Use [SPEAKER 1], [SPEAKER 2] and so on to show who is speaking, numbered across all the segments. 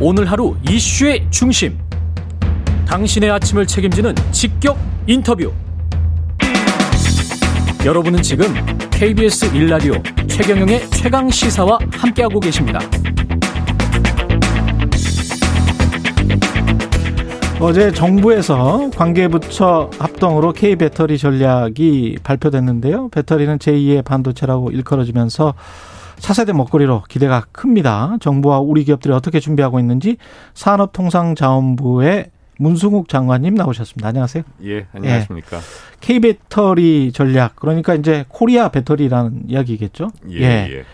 [SPEAKER 1] 오늘 하루 이슈의 중심. 당신의 아침을 책임지는 직격 인터뷰. 여러분은 지금 KBS 일라디오 최경영의 최강 시사와 함께하고 계십니다.
[SPEAKER 2] 어제 정부에서 관계부처 합동으로 K 배터리 전략이 발표됐는데요. 배터리는 제2의 반도체라고 일컬어지면서 차세대 먹거리로 기대가 큽니다. 정부와 우리 기업들이 어떻게 준비하고 있는지 산업통상자원부의 문승욱 장관님 나오셨습니다. 안녕하세요.
[SPEAKER 3] 예, 안녕하십니까.
[SPEAKER 2] K 배터리 전략 그러니까 이제 코리아 배터리라는 이야기겠죠.
[SPEAKER 3] 예, 예.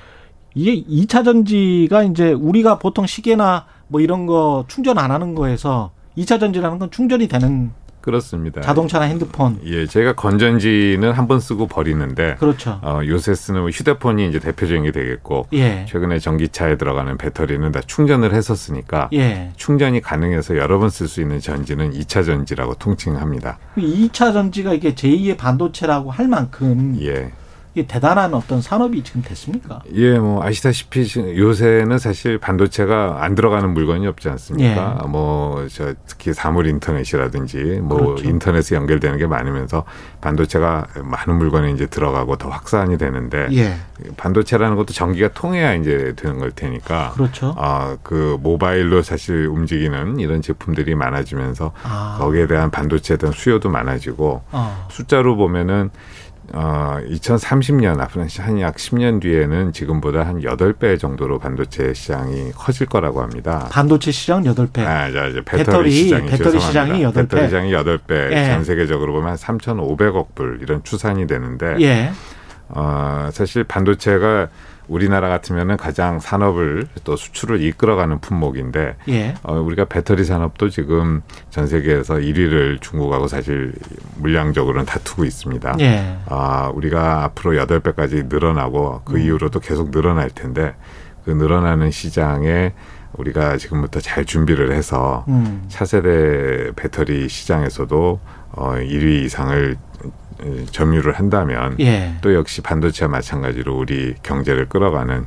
[SPEAKER 2] 이게 2차 전지가 이제 우리가 보통 시계나 뭐 이런 거 충전 안 하는 거에서 2차 전지라는 건 충전이 되는
[SPEAKER 3] 그렇습니다.
[SPEAKER 2] 자동차나 핸드폰.
[SPEAKER 3] 예, 제가 건전지는 한 번 쓰고 버리는데
[SPEAKER 2] 그렇죠.
[SPEAKER 3] 어, 요새 쓰는 뭐 휴대폰이 이제 대표적인 게 되겠고
[SPEAKER 2] 예.
[SPEAKER 3] 최근에 전기차에 들어가는 배터리는 다 충전을 했었으니까
[SPEAKER 2] 예.
[SPEAKER 3] 충전이 가능해서 여러 번 쓸 수 있는 전지는 2차 전지라고 통칭합니다.
[SPEAKER 2] 이 2차 전지가 이게 제2의 반도체라고 할 만큼
[SPEAKER 3] 예.
[SPEAKER 2] 이게 대단한 어떤 산업이 지금 됐습니까?
[SPEAKER 3] 예, 뭐 아시다시피 지- 요새는 사실 반도체가 안 들어가는 물건이 없지 않습니까? 뭐 저 특히 사물 인터넷이라든지 뭐
[SPEAKER 2] 예. 그렇죠.
[SPEAKER 3] 인터넷에 연결되는 게 많으면서 반도체가 많은 물건에 이제 들어가고 더 확산이 되는데
[SPEAKER 2] 예.
[SPEAKER 3] 반도체라는 것도 전기가 통해야 이제 되는 걸 테니까
[SPEAKER 2] 그렇죠.
[SPEAKER 3] 아, 그 모바일로 사실 움직이는 이런 제품들이 많아지면서
[SPEAKER 2] 아.
[SPEAKER 3] 거기에 대한 반도체에 대한 수요도 많아지고
[SPEAKER 2] 어.
[SPEAKER 3] 숫자로 보면은 어, 2030년 앞으로 한약 10년 뒤에는 지금보다 한 8배 정도로 반도체 시장이 커질 거라고 합니다.
[SPEAKER 2] 반도체 시장 8배.
[SPEAKER 3] 아, 자, 이제
[SPEAKER 2] 네. 배터리,
[SPEAKER 3] 배터리, 시장이
[SPEAKER 2] 배터리 시장이
[SPEAKER 3] 죄송합니다.
[SPEAKER 2] 8배.
[SPEAKER 3] 배터리 시장이 8배.
[SPEAKER 2] 예.
[SPEAKER 3] 전 세계적으로 보면 한 3,500억 불 이런 추산이 되는데
[SPEAKER 2] 예.
[SPEAKER 3] 어, 사실 반도체가 우리나라 같으면은 가장 산업을 또 수출을 이끌어가는 품목인데
[SPEAKER 2] 예.
[SPEAKER 3] 어, 우리가 배터리 산업도 지금 전 세계에서 1위를 중국하고 사실 물량적으로는 다투고 있습니다.
[SPEAKER 2] 예.
[SPEAKER 3] 아, 우리가 앞으로 여덟 배까지 늘어나고
[SPEAKER 2] 음.
[SPEAKER 3] 그 이후로도 계속 늘어날 텐데 그 늘어나는 시장에 우리가 지금부터 잘 준비를 해서
[SPEAKER 2] 음.
[SPEAKER 3] 차세대 배터리 시장에서도 어, 1위 이상을 어, 점유를 한다면
[SPEAKER 2] 예.
[SPEAKER 3] 또 역시 반도체와 마찬가지로 우리 경제를 끌어가는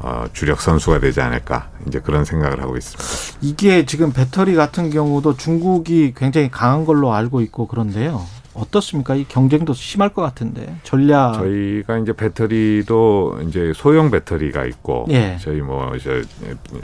[SPEAKER 3] 어, 주력 선수가 되지 않을까 이제 그런 생각을 하고 있습니다.
[SPEAKER 2] 이게 지금 배터리 같은 경우도 중국이 굉장히 강한 걸로 알고 있고 그런데요. 어떻습니까? 이 경쟁도 심할 것 같은데. 전략.
[SPEAKER 3] 저희가 이제 배터리도 이제 소형 배터리가 있고
[SPEAKER 2] 예.
[SPEAKER 3] 저희 뭐 저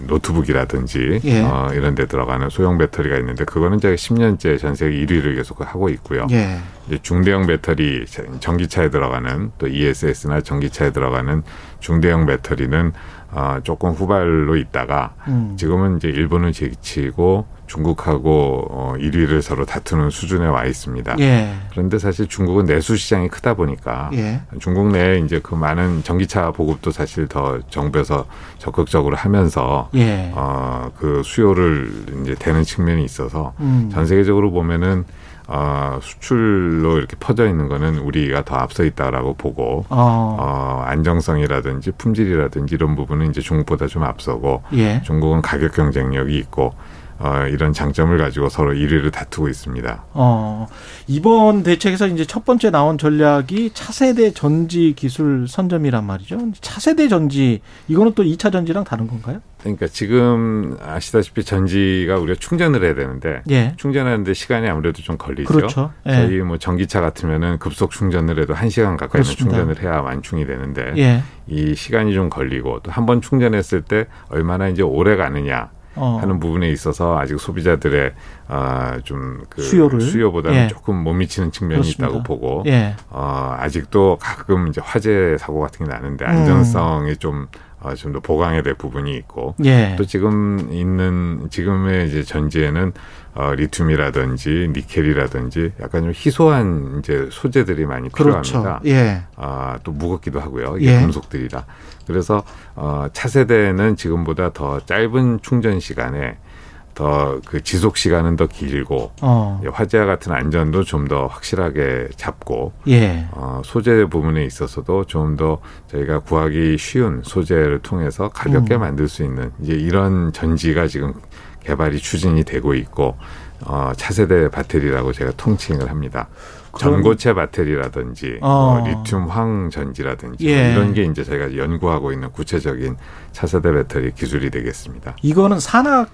[SPEAKER 3] 노트북이라든지
[SPEAKER 2] 예.
[SPEAKER 3] 어, 이런 데 들어가는 소형 배터리가 있는데 그거는 제가 10년째 전 세계 1위를 계속 하고 있고요.
[SPEAKER 2] 예.
[SPEAKER 3] 이제 중대형 배터리 전기차에 들어가는 또 ESS나 전기차에 들어가는 중대형 배터리는 어, 조금 후발로 있다가
[SPEAKER 2] 음.
[SPEAKER 3] 지금은 이제 일본을 제치고 중국하고 어, 1위를 서로 다투는 수준에 와 있습니다.
[SPEAKER 2] 예.
[SPEAKER 3] 그런데 사실 중국은 내수 시장이 크다 보니까
[SPEAKER 2] 예.
[SPEAKER 3] 중국 내에 이제 그 많은 전기차 보급도 사실 더 정부에서 적극적으로 하면서
[SPEAKER 2] 예.
[SPEAKER 3] 어, 그 수요를 이제 되는 측면이 있어서
[SPEAKER 2] 음.
[SPEAKER 3] 전 세계적으로 보면은 어, 수출로 이렇게 퍼져 있는 거는 우리가 더 앞서 있다라고 보고
[SPEAKER 2] 어.
[SPEAKER 3] 어, 안정성이라든지 품질이라든지 이런 부분은 이제 중국보다 좀 앞서고
[SPEAKER 2] 예.
[SPEAKER 3] 중국은 가격 경쟁력이 있고 어, 이런 장점을 가지고 서로 1위를 다투고 있습니다.
[SPEAKER 2] 어, 이번 대책에서 이제 첫 번째 나온 전략이 차세대 전지 기술 선점이란 말이죠. 근데 차세대 전지, 이거는 또이차 전지랑 다른 건가요?
[SPEAKER 3] 그러니까 지금 아시다시피 전지가 우리가 충전을 해야 되는데
[SPEAKER 2] 예.
[SPEAKER 3] 충전하는데 시간이 아무래도 좀 걸리죠.
[SPEAKER 2] 그렇죠. 예.
[SPEAKER 3] 저희 뭐 전기차 같으면은 급속 충전을 해도 한시간 가까이는
[SPEAKER 2] 그렇습니다.
[SPEAKER 3] 충전을 해야 완충이 되는데
[SPEAKER 2] 예.
[SPEAKER 3] 이 시간이 좀 걸리고 또 한 번 충전했을 때 얼마나 이제 오래 가느냐
[SPEAKER 2] 어.
[SPEAKER 3] 하는 부분에 있어서 아직 소비자들의 아, 좀그
[SPEAKER 2] 수요를.
[SPEAKER 3] 보다는
[SPEAKER 2] 예.
[SPEAKER 3] 조금 못 미치는 측면이
[SPEAKER 2] 그렇습니다.
[SPEAKER 3] 있다고 보고
[SPEAKER 2] 예.
[SPEAKER 3] 어, 아직도 가끔 이제 화재 사고 같은 게
[SPEAKER 2] 음.
[SPEAKER 3] 나는데 안전성이 좀 어, 좀 더 보강해야 될 부분이 있고
[SPEAKER 2] 예.
[SPEAKER 3] 또 지금 있는 지금의 이제 전지에는 어, 리튬이라든지 니켈이라든지 약간 좀 희소한 이제 소재들이 많이
[SPEAKER 2] 그렇죠.
[SPEAKER 3] 필요합니다.
[SPEAKER 2] 예.
[SPEAKER 3] 아, 또 무겁기도 하고요. 이게
[SPEAKER 2] 예.
[SPEAKER 3] 금속들이라. 그래서 어, 차세대는 지금보다 더 짧은 충전 시간에 더 그 지속 시간은 더 길고
[SPEAKER 2] 어.
[SPEAKER 3] 이제 화재와 같은 안전도 좀 더 확실하게 잡고
[SPEAKER 2] 예.
[SPEAKER 3] 어, 소재 부분에 있어서도 좀 더 저희가 구하기 쉬운 소재를 통해서
[SPEAKER 2] 음.
[SPEAKER 3] 가볍게 만들 수 있는 이제 이런 전지가 지금 개발이 추진이 되고 있고 어, 차세대 배터리라고 제가 통칭을 합니다.
[SPEAKER 2] 그런-
[SPEAKER 3] 전고체 배터리라든지
[SPEAKER 2] 어.
[SPEAKER 3] 뭐 리튬 황 전지라든지 뭐
[SPEAKER 2] 예.
[SPEAKER 3] 이런 게 이제 저희가 연구하고 있는 구체적인 차세대 배터리 기술이 되겠습니다.
[SPEAKER 2] 이거는 산학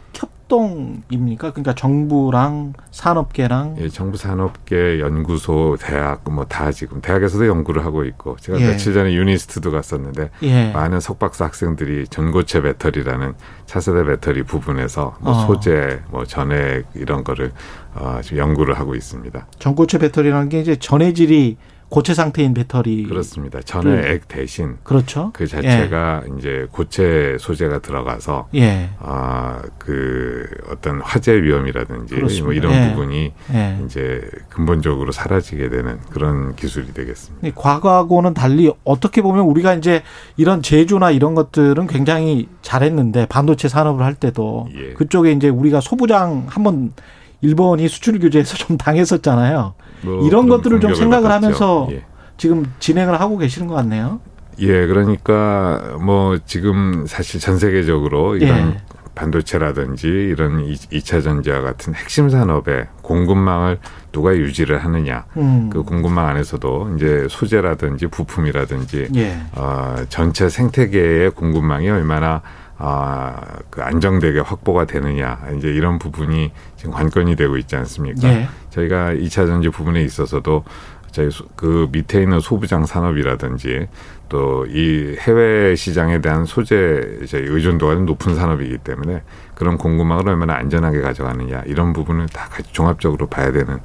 [SPEAKER 2] 협동입니까? 그러니까 정부랑 산업계랑
[SPEAKER 3] 예, 정부 산업계 연구소 대학 뭐 다 지금 대학에서도 연구를 하고 있고 제가
[SPEAKER 2] 예.
[SPEAKER 3] 며칠 전에 유니스트도 갔었는데
[SPEAKER 2] 예.
[SPEAKER 3] 많은 석박사 학생들이 전고체 배터리라는 차세대 배터리 부분에서 뭐
[SPEAKER 2] 어.
[SPEAKER 3] 소재, 뭐 전액 이런 거를 어, 지금 연구를 하고 있습니다.
[SPEAKER 2] 전고체 배터리라는 게 이제 전해질이 고체 상태인 배터리
[SPEAKER 3] 그렇습니다. 전액 대신
[SPEAKER 2] 그렇죠.
[SPEAKER 3] 그 자체가 이제 고체 소재가 들어가서
[SPEAKER 2] 예. 예.
[SPEAKER 3] 아, 그 어떤 화재 위험이라든지 뭐
[SPEAKER 2] 그렇습니다.
[SPEAKER 3] 이런
[SPEAKER 2] 예.
[SPEAKER 3] 부분이
[SPEAKER 2] 예.
[SPEAKER 3] 이제 근본적으로 사라지게 되는 그런 기술이 되겠습니다.
[SPEAKER 2] 근데 과거하고는 달리 어떻게 보면 우리가 이제 이런 제조나 이런 것들은 굉장히 잘했는데 반도체 산업을 할 때도
[SPEAKER 3] 예.
[SPEAKER 2] 그쪽에 이제 우리가 소부장 한번 일본이 수출 규제에서 좀 당했었잖아요.
[SPEAKER 3] 뭐
[SPEAKER 2] 이런
[SPEAKER 3] 그런
[SPEAKER 2] 것들을 좀
[SPEAKER 3] 공격을
[SPEAKER 2] 생각을
[SPEAKER 3] 받았죠.
[SPEAKER 2] 하면서
[SPEAKER 3] 예.
[SPEAKER 2] 지금 진행을 하고 계시는 것 같네요.
[SPEAKER 3] 예, 그러니까 뭐 지금 사실 전 세계적으로 이런
[SPEAKER 2] 예.
[SPEAKER 3] 반도체라든지 이런 이차 전지와 같은 핵심 산업의 공급망을 누가 유지를 하느냐.
[SPEAKER 2] 음.
[SPEAKER 3] 그 공급망 안에서도 이제 소재라든지 부품이라든지
[SPEAKER 2] 예.
[SPEAKER 3] 어, 전체 생태계의 공급망이 얼마나 아, 그 안정되게 확보가 되느냐 이제 이런 부분이 지금 관건이 되고 있지 않습니까?
[SPEAKER 2] 예.
[SPEAKER 3] 저희가 이차 전지 부분에 있어서도 저희 소- 그 밑에 있는 소부장 산업이라든지 또 이 해외 시장에 대한 소재 이제 의존도가 좀 높은 산업이기 때문에 그런 공급망을 얼마나 안전하게 가져가느냐 이런 부분을 다 같이 종합적으로 봐야 되는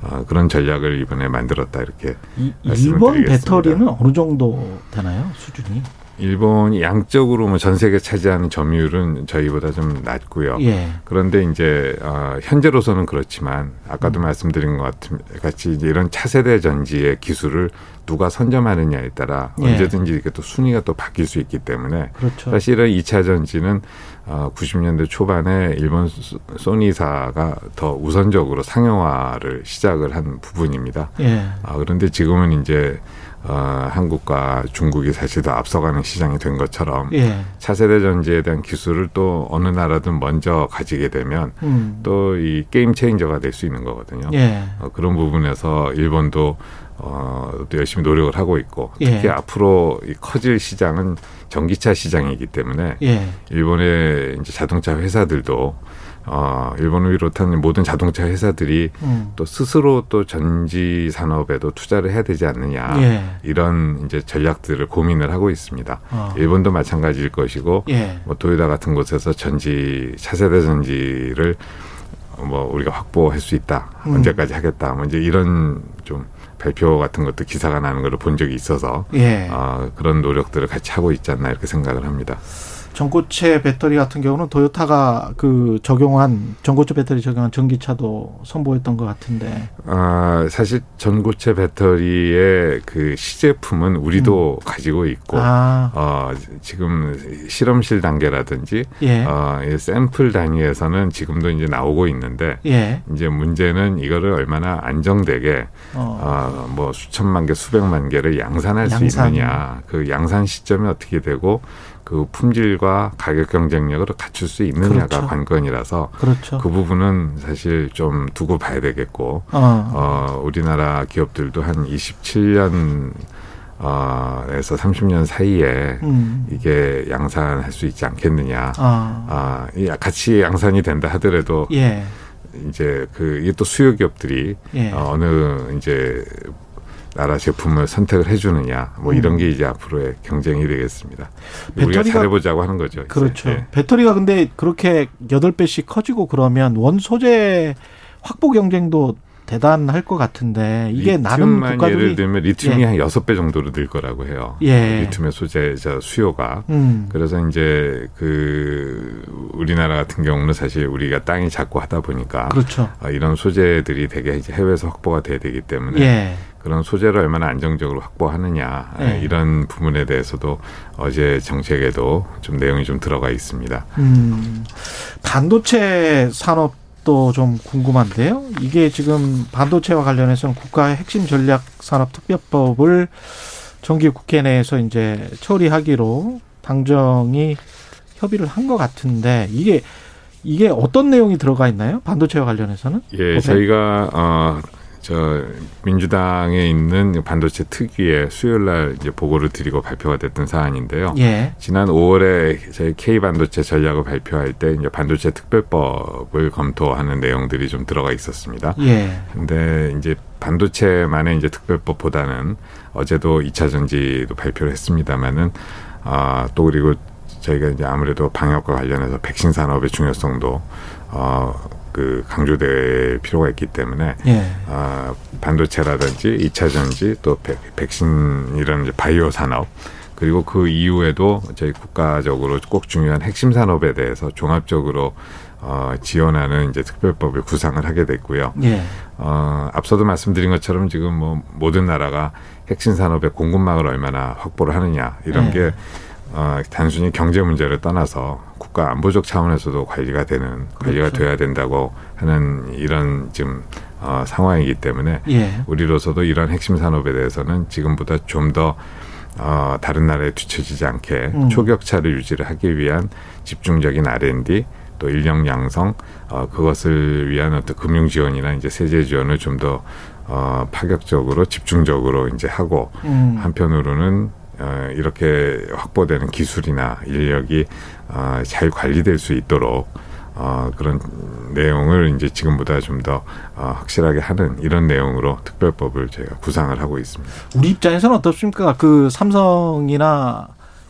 [SPEAKER 3] 어, 그런 전략을 이번에 만들었다 이렇게
[SPEAKER 2] 이-
[SPEAKER 3] 말씀을
[SPEAKER 2] 일본
[SPEAKER 3] 드리겠습니다.
[SPEAKER 2] 배터리는 어느 정도 되나요? 수준이?
[SPEAKER 3] 일본이 양적으로 뭐 전 세계 차지하는 점유율은 저희보다 좀 낮고요.
[SPEAKER 2] 예.
[SPEAKER 3] 그런데 이제 어, 현재로서는 그렇지만
[SPEAKER 2] 음.
[SPEAKER 3] 아까도 말씀드린 것 같은 같이 이제 이런 차세대 전지의 기술을 누가 선점하느냐에 따라
[SPEAKER 2] 예.
[SPEAKER 3] 언제든지 이렇게 또 순위가 또 바뀔 수 있기 때문에
[SPEAKER 2] 그렇죠.
[SPEAKER 3] 사실은 이차 전지는 어, 90년대 초반에 일본 소- 소니사가 더 우선적으로 상용화를 시작을 한 부분입니다.
[SPEAKER 2] 예.
[SPEAKER 3] 아, 그런데 지금은 이제 어, 한국과 중국이 사실 더 앞서가는 시장이 된 것처럼
[SPEAKER 2] 예.
[SPEAKER 3] 차세대 전지에 대한 기술을 또 어느 나라든 먼저 가지게 되면
[SPEAKER 2] 음.
[SPEAKER 3] 또 이 게임 체인저가 될 수 있는 거거든요.
[SPEAKER 2] 예.
[SPEAKER 3] 어, 그런 부분에서 일본도 어, 또 열심히 노력을 하고 있고 특히
[SPEAKER 2] 예.
[SPEAKER 3] 앞으로 이 커질 시장은 전기차 시장이기 때문에
[SPEAKER 2] 예.
[SPEAKER 3] 일본의 이제 자동차 회사들도 어, 일본을 비롯한 모든 자동차 회사들이
[SPEAKER 2] 음.
[SPEAKER 3] 또 스스로 또 전지 산업에도 투자를 해야 되지 않느냐
[SPEAKER 2] 예.
[SPEAKER 3] 이런 이제 전략들을 고민을 하고 있습니다.
[SPEAKER 2] 어.
[SPEAKER 3] 일본도 마찬가지일 것이고
[SPEAKER 2] 예.
[SPEAKER 3] 뭐 도요타 같은 곳에서 전지 차세대 전지를 뭐 우리가 확보할 수 있다
[SPEAKER 2] 음.
[SPEAKER 3] 언제까지 하겠다 뭐 이제 이런 좀 발표 같은 것도 기사가 나는 걸 본 적이 있어서
[SPEAKER 2] 예.
[SPEAKER 3] 아, 그런 노력들을 같이 하고 있지 않나 이렇게 생각을 합니다.
[SPEAKER 2] 전고체 배터리 같은 경우는 도요타가 그 적용한 전고체 배터리 적용한 전기차도 선보였던 것 같은데.
[SPEAKER 3] 아, 사실 전고체 배터리의 그 시제품은 우리도 가지고 있고
[SPEAKER 2] 음. 아.
[SPEAKER 3] 어, 지금 실험실 단계라든지
[SPEAKER 2] 예.
[SPEAKER 3] 어, 이 샘플 단위에서는 지금도 이제 나오고 있는데
[SPEAKER 2] 예.
[SPEAKER 3] 이제 문제는 이거를 얼마나 안정되게
[SPEAKER 2] 어.
[SPEAKER 3] 어, 뭐 수천만 개, 수백만 개를 양산할 수
[SPEAKER 2] 양산.
[SPEAKER 3] 있느냐. 그 양산 시점이 어떻게 되고 그 품질과 가격 경쟁력을 갖출 수 있느냐가
[SPEAKER 2] 그렇죠.
[SPEAKER 3] 관건이라서
[SPEAKER 2] 그렇죠.
[SPEAKER 3] 그 부분은 사실 좀 두고 봐야 되겠고
[SPEAKER 2] 어.
[SPEAKER 3] 어, 우리나라 기업들도 한 27년 어, 에서 30년 사이에
[SPEAKER 2] 음.
[SPEAKER 3] 이게 양산할 수 있지 않겠느냐.
[SPEAKER 2] 아.
[SPEAKER 3] 아, 이 같이 양산이 된다 하더라도
[SPEAKER 2] 예.
[SPEAKER 3] 이제 그 이게 또 수요 기업들이
[SPEAKER 2] 예.
[SPEAKER 3] 어, 어느 이제 나라 제품을 선택을 해주느냐 뭐 이런 게 이제 앞으로의 경쟁이 되겠습니다. 우리가
[SPEAKER 2] 음. 배터리가-
[SPEAKER 3] 잘해보자고 하는 거죠. 이제.
[SPEAKER 2] 그렇죠.
[SPEAKER 3] 예.
[SPEAKER 2] 배터리가 근데 그렇게 여덟 배씩 커지고 그러면 원 소재 확보 경쟁도 대단할 것 같은데 이게 나는
[SPEAKER 3] 리튬만 예를
[SPEAKER 2] 국가들이
[SPEAKER 3] 들면 리튬이
[SPEAKER 2] 예.
[SPEAKER 3] 한 여섯 배 정도로 늘 거라고 해요.
[SPEAKER 2] 예.
[SPEAKER 3] 리튬의 소재자 수요가
[SPEAKER 2] 음.
[SPEAKER 3] 그래서 이제 그 우리나라 같은 경우는 사실 우리가 땅이 작고 하다 보니까
[SPEAKER 2] 그렇죠.
[SPEAKER 3] 아, 이런 소재들이 되게 이제 해외에서 확보가 돼야 되기 때문에
[SPEAKER 2] 예.
[SPEAKER 3] 그런 소재를 얼마나 안정적으로 확보하느냐 아,
[SPEAKER 2] 네.
[SPEAKER 3] 이런 부분에 대해서도 어제 정책에도 좀 내용이 좀 들어가 있습니다.
[SPEAKER 2] 음, 반도체 산업도 좀 궁금한데요. 이게 지금 반도체와 관련해서는 국가의 핵심 전략 산업 특별법을 정기 국회 내에서 이제 처리하기로 당정이 협의를 한 것 같은데 이게 이게 어떤 내용이 들어가 있나요? 반도체와 관련해서는?
[SPEAKER 3] 예,
[SPEAKER 2] 오케이.
[SPEAKER 3] 저희가 어, 저 민주당에 있는 반도체 특위의 수요일 날 이제 보고를 드리고 발표가 됐던 사안인데요.
[SPEAKER 2] 예.
[SPEAKER 3] 지난 5월에 저희 K 반도체 전략을 발표할 때 이제 반도체 특별법을 검토하는 내용들이 좀 들어가 있었습니다.
[SPEAKER 2] 예.
[SPEAKER 3] 근데 이제 반도체만의 이제 특별법보다는 어제도 이차 전지도 발표를 했습니다마는 아, 또 그리고 저희가 이제 아무래도 방역과 관련해서 백신 산업의 중요성도 어, 그 강조될 필요가 있기 때문에
[SPEAKER 2] 예.
[SPEAKER 3] 아, 반도체라든지 이차 전지 또 백, 백신 이런 이제 바이오 산업 그리고 그 이후에도 저희 국가적으로 꼭 중요한 핵심 산업에 대해서 종합적으로 어, 지원하는 이제 특별법을 구상을 하게 됐고요.
[SPEAKER 2] 예.
[SPEAKER 3] 어, 앞서도 말씀드린 것처럼 지금 뭐 모든 나라가 핵심 산업의 공급망을 얼마나 확보를 하느냐 이런
[SPEAKER 2] 네.
[SPEAKER 3] 게 어, 단순히 경제 문제를 떠나서 국가 안보적 차원에서도 관리가 되는 관리가 돼야 된다고 하는 이런 지금 어, 상황이기 때문에
[SPEAKER 2] 예.
[SPEAKER 3] 우리로서도 이런 핵심 산업에 대해서는 지금보다 좀 더 어, 다른 나라에 뒤처지지 않게
[SPEAKER 2] 음.
[SPEAKER 3] 초격차를 유지를 하기 위한 집중적인 R&D 또 인력 양성 어, 그것을 위한 어떤 금융 지원이나 이제 세제 지원을 좀 더 어, 파격적으로 집중적으로 이제 하고
[SPEAKER 2] 음.
[SPEAKER 3] 한편으로는 어, 이렇게 확보되는 기술이나 인력이 어, 잘 관리될 수 있도록 어, 그런 내용을 이제 지금보다 좀 더 어, 확실하게 하는 이런 내용으로 특별법을 제가 구상을 하고 있습니다.
[SPEAKER 2] 우리 입장에서는 어떻습니까? 그 삼성이나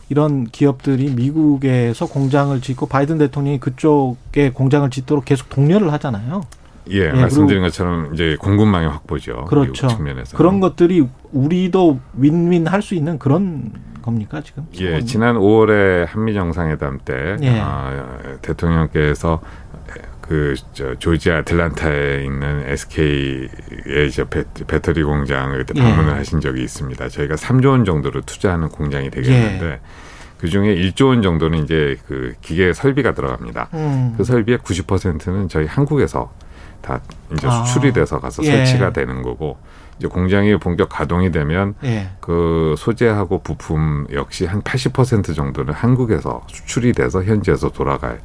[SPEAKER 2] 이런 기업들이 미국에서 공장을 짓고 바이든 대통령이 그쪽에 공장을 짓도록 계속 독려를 하잖아요.
[SPEAKER 3] 예,
[SPEAKER 2] 그리고-
[SPEAKER 3] 말씀드린 것처럼 이제 공급망의 확보죠.
[SPEAKER 2] 그렇죠.
[SPEAKER 3] 미국 측면에서
[SPEAKER 2] 그런 것들이 우리도 윈윈 할 수 있는 그런 겁니까 지금?
[SPEAKER 3] 예, 지난 5월에 한미 정상회담 때
[SPEAKER 2] 음. 예.
[SPEAKER 3] 어, 대통령께서 그저 조지아 애틀란타에 있는 SK의 이제 배, 배터리 공장을 그때
[SPEAKER 2] 예.
[SPEAKER 3] 방문을 하신 적이 있습니다. 저희가 3조 원 정도를 투자하는 공장이 되겠는데
[SPEAKER 2] 예.
[SPEAKER 3] 그 중에 1조 원 정도는 이제 그 기계 설비가 들어갑니다.
[SPEAKER 2] 음.
[SPEAKER 3] 그 설비의 90%는 저희 한국에서 다 이제
[SPEAKER 2] 아.
[SPEAKER 3] 수출이 돼서 가서
[SPEAKER 2] 예.
[SPEAKER 3] 설치가 되는 거고 이제 공장이 본격 가동이 되면
[SPEAKER 2] 예.
[SPEAKER 3] 그 소재하고 부품 역시 한 80% 정도는 한국에서 수출이 돼서 현지에서 돌아가는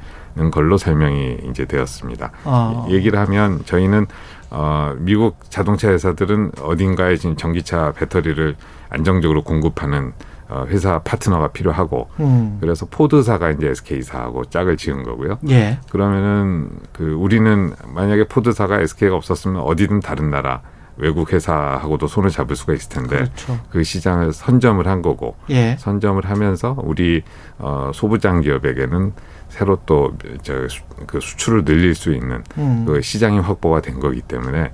[SPEAKER 3] 걸로 설명이 이제 되었습니다.
[SPEAKER 2] 어.
[SPEAKER 3] 얘기를 하면 저희는 어, 미국 자동차 회사들은 어딘가에 지금 전기차 배터리를 안정적으로 공급하는 어, 회사 파트너가 필요하고
[SPEAKER 2] 음.
[SPEAKER 3] 그래서 포드사가 이제 SK사하고 짝을 지은 거고요.
[SPEAKER 2] 예.
[SPEAKER 3] 그러면은 그 우리는 만약에 포드사가 SK가 없었으면 어디든 다른 나라 외국 회사하고도 손을 잡을 수가 있을 텐데
[SPEAKER 2] 그렇죠.
[SPEAKER 3] 그 시장을 선점을 한 거고
[SPEAKER 2] 예.
[SPEAKER 3] 선점을 하면서 우리 어, 소부장 기업에게는 새로 또저그 수출을 늘릴 수 있는
[SPEAKER 2] 음.
[SPEAKER 3] 그 시장이 확보가 된 거기 때문에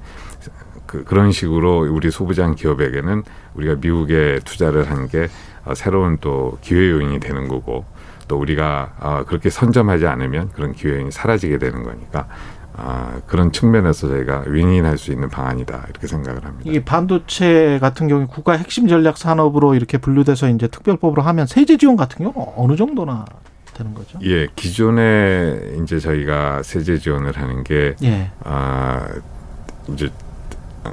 [SPEAKER 3] 그 그런 식으로 우리 소부장 기업에게는 우리가 미국에 투자를 한 게 어, 새로운 또 기회 요인이 되는 거고 또 우리가 아, 그렇게 선점하지 않으면 그런 기회 요인이 사라지게 되는 거니까 아, 그런 측면에서 저희가 윈윈할 수 있는 방안이다 이렇게 생각을 합니다.
[SPEAKER 2] 이게 반도체 같은 경우 국가 핵심 전략 산업으로 이렇게 분류돼서 이제 특별법으로 하면 세제 지원 같은 경우는 어느 정도나 되는 거죠?
[SPEAKER 3] 예, 기존에 이제 저희가 세제 지원을 하는 게
[SPEAKER 2] 예.
[SPEAKER 3] 아, 이제 어,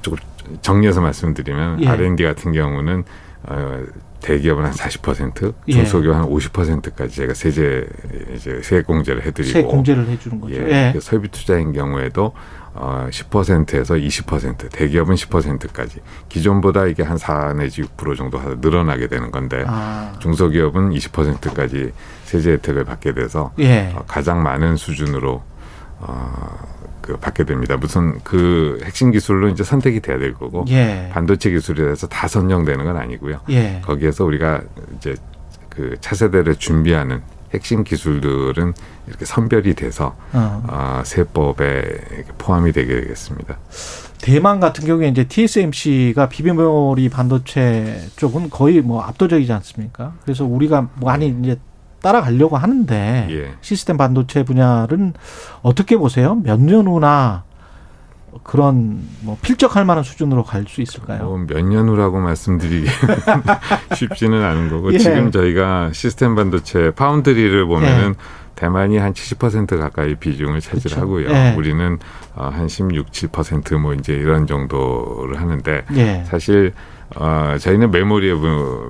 [SPEAKER 3] 조금 정리해서 말씀드리면
[SPEAKER 2] 예.
[SPEAKER 3] R&D 같은 경우는 어, 대기업은 한 40%,
[SPEAKER 2] 예.
[SPEAKER 3] 중소기업 한 50%까지 제가 세제 이제 세액 공제를 해드리고
[SPEAKER 2] 세 공제를 해주는 거죠.
[SPEAKER 3] 예,
[SPEAKER 2] 예.
[SPEAKER 3] 그 설비 투자인 경우에도 어, 10%에서 20%, 대기업은 10%까지 기존보다 이게 한 4 내지 6% 정도 늘어나게 되는 건데
[SPEAKER 2] 아,
[SPEAKER 3] 중소기업은 20%까지 세제 혜택을 받게 돼서
[SPEAKER 2] 예.
[SPEAKER 3] 어, 가장 많은 수준으로 어, 그 받게 됩니다. 무슨 그 핵심 기술로 이제 선택이 돼야 될 거고
[SPEAKER 2] 예.
[SPEAKER 3] 뭐 반도체 기술에 대해서 다 선정되는 건 아니고요.
[SPEAKER 2] 예.
[SPEAKER 3] 거기에서 우리가 이제 그 차세대를 준비하는 핵심 기술들은 이렇게 선별이 돼서
[SPEAKER 2] 어.
[SPEAKER 3] 아, 세법에 포함이 되게 되겠습니다.
[SPEAKER 2] 대만 같은 경우에 이제 TSMC가 비메모리 반도체 쪽은 거의 뭐 압도적이지 않습니까? 그래서 우리가 많이 이제 따라가려고 하는데
[SPEAKER 3] 예.
[SPEAKER 2] 시스템 반도체 분야는 어떻게 보세요? 몇 년 후나 그런 뭐 필적할 만한 수준으로 갈 수 있을까요?
[SPEAKER 3] 뭐 몇 년 후라고 말씀드리기 쉽지는 않은 거고
[SPEAKER 2] 예.
[SPEAKER 3] 지금 저희가 시스템 반도체 파운드리를 보면은 대만이 한 70% 가까이 비중을 차지하고요.
[SPEAKER 2] 예. 그쵸. 예.
[SPEAKER 3] 우리는 어, 한 16, 7%뭐 이제 이런 정도를 하는데
[SPEAKER 2] 예.
[SPEAKER 3] 사실 어, 저희는 메모리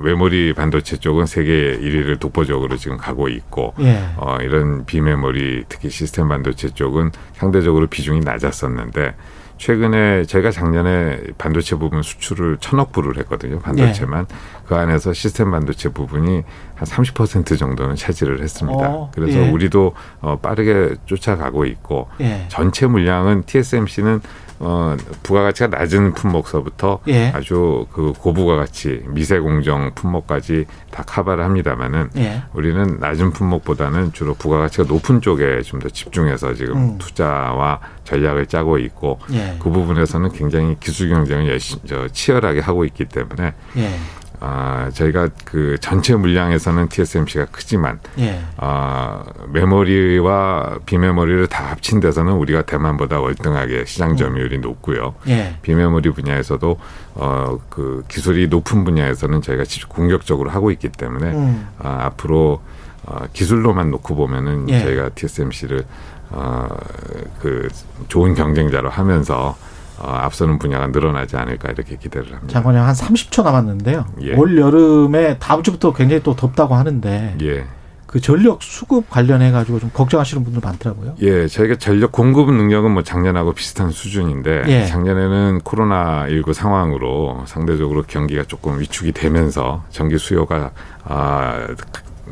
[SPEAKER 3] 메모리 반도체 쪽은 세계 1위를 독보적으로 지금 가고 있고
[SPEAKER 2] 예.
[SPEAKER 3] 어, 이런 비메모리 특히 시스템 반도체 쪽은 상대적으로 비중이 낮았었는데 최근에 제가 작년에 반도체 부분 수출을 천억 불을 했거든요. 반도체만
[SPEAKER 2] 네.
[SPEAKER 3] 그 안에서 시스템 반도체 부분이 한 30% 정도는 차지를 했습니다.
[SPEAKER 2] 어,
[SPEAKER 3] 그래서
[SPEAKER 2] 예.
[SPEAKER 3] 우리도 어, 빠르게 쫓아가고 있고
[SPEAKER 2] 예.
[SPEAKER 3] 전체 물량은 TSMC는 어, 부가가치가 낮은 품목서부터
[SPEAKER 2] 예.
[SPEAKER 3] 아주 그 고부가가치 미세 공정 품목까지 다 커버를 합니다마는
[SPEAKER 2] 예.
[SPEAKER 3] 우리는 낮은 품목보다는 주로 부가가치가 높은 쪽에 좀 더 집중해서 지금
[SPEAKER 2] 음.
[SPEAKER 3] 투자와 전략을 짜고 있고
[SPEAKER 2] 예.
[SPEAKER 3] 그 부분에서는 굉장히 기술 경쟁을 열심, 저, 치열하게 하고 있기 때문에
[SPEAKER 2] 예.
[SPEAKER 3] 아, 저희가 그 전체 물량에서는 TSMC가 크지만
[SPEAKER 2] 예.
[SPEAKER 3] 아, 메모리와 비메모리를 다 합친 데서는 우리가 대만보다 월등하게 시장 점유율이 높고요.
[SPEAKER 2] 예.
[SPEAKER 3] 비메모리 분야에서도 어, 그 기술이 높은 분야에서는 저희가 지- 공격적으로 하고 있기 때문에
[SPEAKER 2] 음.
[SPEAKER 3] 아, 앞으로 어, 기술로만 놓고 보면은
[SPEAKER 2] 예.
[SPEAKER 3] 저희가 TSMC를 어, 그 좋은 경쟁자로 하면서 어, 앞서는 분야가 늘어나지 않을까 이렇게 기대를 합니다.
[SPEAKER 2] 장관님 한 30초 남았는데요.
[SPEAKER 3] 예.
[SPEAKER 2] 올 여름에 다음 주부터 굉장히 또 덥다고 하는데
[SPEAKER 3] 예.
[SPEAKER 2] 그 전력 수급 관련해 가지고 좀 걱정하시는 분들 많더라고요.
[SPEAKER 3] 예, 저희가 전력 공급 능력은 뭐 작년하고 비슷한 수준인데
[SPEAKER 2] 예.
[SPEAKER 3] 작년에는 코로나 19 상황으로 상대적으로 경기가 조금 위축이 되면서 전기 수요가 아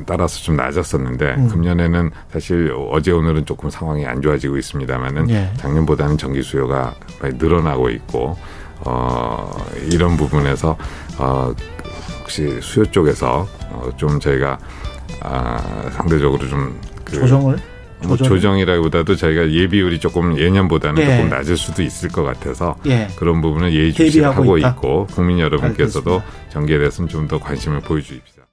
[SPEAKER 3] 따라서 좀 낮았었는데
[SPEAKER 2] 음.
[SPEAKER 3] 금년에는 사실 어제 오늘은 조금 상황이 안 좋아지고 있습니다만은
[SPEAKER 2] 예.
[SPEAKER 3] 작년보다는 전기 수요가 많이 늘어나고 있고 어 이런 부분에서 어 혹시 수요 쪽에서 어좀 저희가 아 상대적으로 좀그
[SPEAKER 2] 조정을
[SPEAKER 3] 뭐 조정이라기보다도 저희가 예비율이 조금 예년보다는
[SPEAKER 2] 예.
[SPEAKER 3] 조금 낮을 수도 있을 것 같아서
[SPEAKER 2] 예.
[SPEAKER 3] 그런 부분은 예의주시하고
[SPEAKER 2] 대비하고 있다.
[SPEAKER 3] 있고 국민 여러분께서도 전기에 대해서는 좀 더 관심을 보여주십시오.